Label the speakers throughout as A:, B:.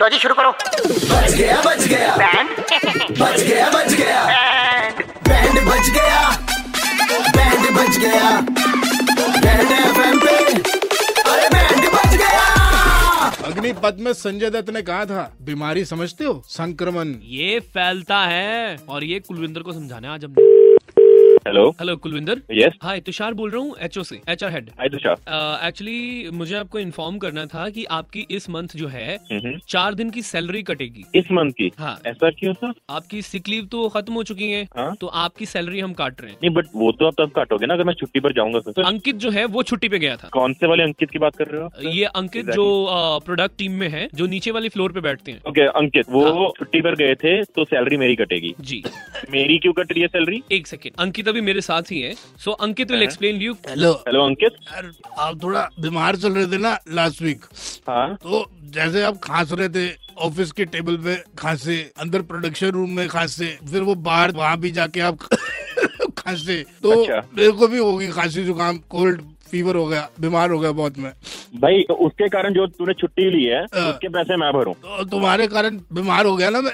A: लो जी शुरू करो
B: बच गया बच गया
A: बैंड
B: बच गया बच गया बैंड बच गया बैंड बच गया बैंड एफएम पे अरे बैंड बच गया
C: अग्निपथ में संजय दत्त ने कहा था बीमारी समझते हो संक्रमण
D: ये फैलता है और ये कुलविंदर को समझाना है आज हमने
E: hello
D: hello Kulwinder
E: yes
D: hi Tushar बोल रहा हूँ एचओ से H R head
E: hi Tushar
D: actually Uh, मुझे आपको इन्फॉर्म करना था कि आपकी इस मंथ जो है
E: हम्म
D: चार दिन की सैलरी कटेगी
E: इस मंथ की
D: हाँ।
E: ऐसा क्यों सर
D: आपकी सिक लीव तो खत्म हो चुकी है
E: हाँ।
D: तो आपकी सैलरी हम काट रहे हैं
E: नहीं बट वो तो आप तब काटोगे ना अगर मैं छुट्टी पर जाऊंगा सर सर,
D: अंकित जो है वो छुट्टी पे गया था
E: कौन से वाले अंकित की बात कर रहे हो सर?
D: ये अंकित
E: Exactly.
D: जो प्रोडक्ट टीम में है जो नीचे वाले फ्लोर पे बैठते हैं
E: ओके अंकित वो
D: हाँ।
E: छुट्टी पर गए थे तो सैलरी मेरी कटेगी
D: जी
E: मेरी क्यों कट रही है सैलरी
D: एक सेकेंड अंकित अभी मेरे साथ ही है सो अंकित
E: हाँ।
D: Will explain you
C: hello
E: hello Ankit
C: यार आप थोड़ा बीमार चल रहे थे ना लास्ट वीक
E: हाँ
C: तो जैसे आप खांस रहे थे ऑफिस के टेबल पे खांसे अंदर प्रोडक्शन रूम में खांसे फिर वो बाहर वहाँ भी जाके आप खांसे तो
E: अच्छा।
C: मेरे को भी होगी खांसी जुकाम कोल्ड फीवर हो गया बीमार हो गया बहुत मैं
E: भाई तो उसके कारण जो तूने छुट्टी ली है
C: हाँ।
E: उसके पैसे मैं भरूँ
C: तो तुम्हारे कारण बीमार हो गया ना मैं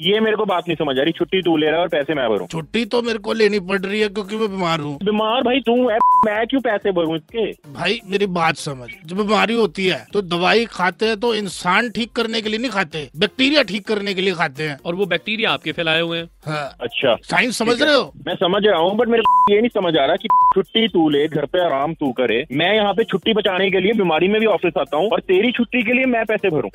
E: ये मेरे को बात नहीं समझ आ रही छुट्टी तू ले रहा है और पैसे मैं भरूँ
C: छुट्टी तो मेरे को लेनी पड़ रही है क्योंकि मैं बीमार हूँ
E: बीमार भाई तू है मैं क्यों पैसे भरूँ इसके
C: भाई मेरी बात समझ जब बीमारी होती है तो दवाई खाते हैं तो इंसान ठीक करने के लिए नहीं खाते बैक्टीरिया ठीक करने के लिए खाते हैं
D: और वो बैक्टीरिया आपके फैलाए हुए हैं
C: हाँ।
E: अच्छा
C: साइंस समझ रहे हो
E: मैं समझ रहा हूँ बट मेरे को ये नहीं समझ आ रहा कि छुट्टी तू ले घर पे आराम तू करे मैं यहाँ पे छुट्टी बचाने के लिए बीमारी में भी ऑफिस आता हूँ और तेरी छुट्टी के लिए मैं पैसे भरूँ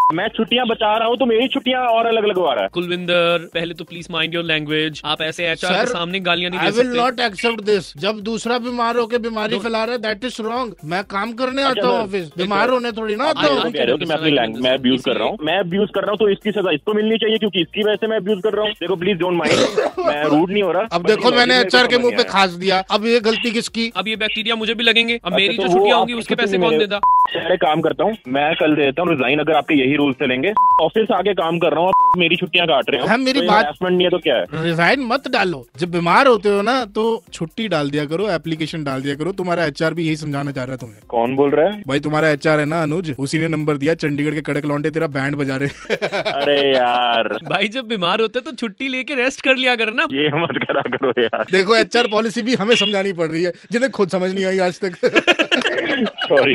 E: मैं छुट्टियाँ बचा रहा हूँ तो मेरी छुट्टियाँ और अलग लगवा रहा है
D: कुलविंदर पहले तो प्लीज माइंड योर लैंग्वेज आप ऐसे एच के सामने गालियां नहीं
C: आई
D: दे
C: विल
D: सकते तो-
C: नॉट एक्सेप्ट दिस जब दूसरा बीमार होके बीमारी फैला रहा है दैट इज रॉन्ग मैं काम करने आता हूँ
E: सर,
C: ऑफिस
D: अच्छा, देखो,
C: बीमार होने थोड़ी ना आता
D: I-
C: हूँ
D: I-
E: तो कह रहे हो कि मैं अपनी लैंग मैं अब्यूज कर रहा हूँ मैं अब्यूज कर रहा हूँ तो इसकी सजा इसको मिलनी चाहिए क्योंकि इसकी वजह से मैं अब्यूज कर रहा हूँ देखो प्लीज डोंट माइंड मैं रूड नहीं हो रहा
C: अब
E: but
C: देखो
E: ये
C: मैंने
E: मेरे को
C: एचआर के
E: समझ
C: मुंह पे
E: नहीं आया।
C: खास दिया अब ये गलती किसकी
D: अब ये बैक्टीरिया मुझे भी लगेंगे अब मेरी जो
E: अच्छा, तो वो
D: छुट्टियां होंगी
E: आपकी
D: उसके
E: छुट्टी
D: पैसे
E: नहीं
D: कौन
E: मिलेगी।
D: देता
E: मैं काम करता हूँ मैं कल दे देता हूँ रिजाइन अगर आपके यही रूल चलेंगे ऑफिस आके काम कर रहा हूँ आप मेरी छुट्टियाँ काट रहे हो
C: हाँ, मेरी
E: तो ये
C: बात-
E: harassment नहीं है तो क्या है
C: रिजाइन मत डालो जब बीमार होते हो ना तो छुट्टी डाल दिया करो एप्लीकेशन डाल दिया करो तुम्हारा एचआर भी यही समझाना चाह रहा है तुम्हें
E: कौन बोल रहा है
C: भाई तुम्हारा एचआर है ना अनुज उसी ने नंबर दिया चंडीगढ़ के कड़क लौंडे तेरा बैंड बजा रहे हैं।
E: अरे यार
D: भाई जब बीमार होता है तो छुट्टी लेके रेस्ट कर लिया करना
E: ये मत करा करो यार
C: देखो एचआर पॉलिसी भी हमें समझानी पड़ रही है जिन्हें खुद समझ नहीं आई आज तक
E: सॉरी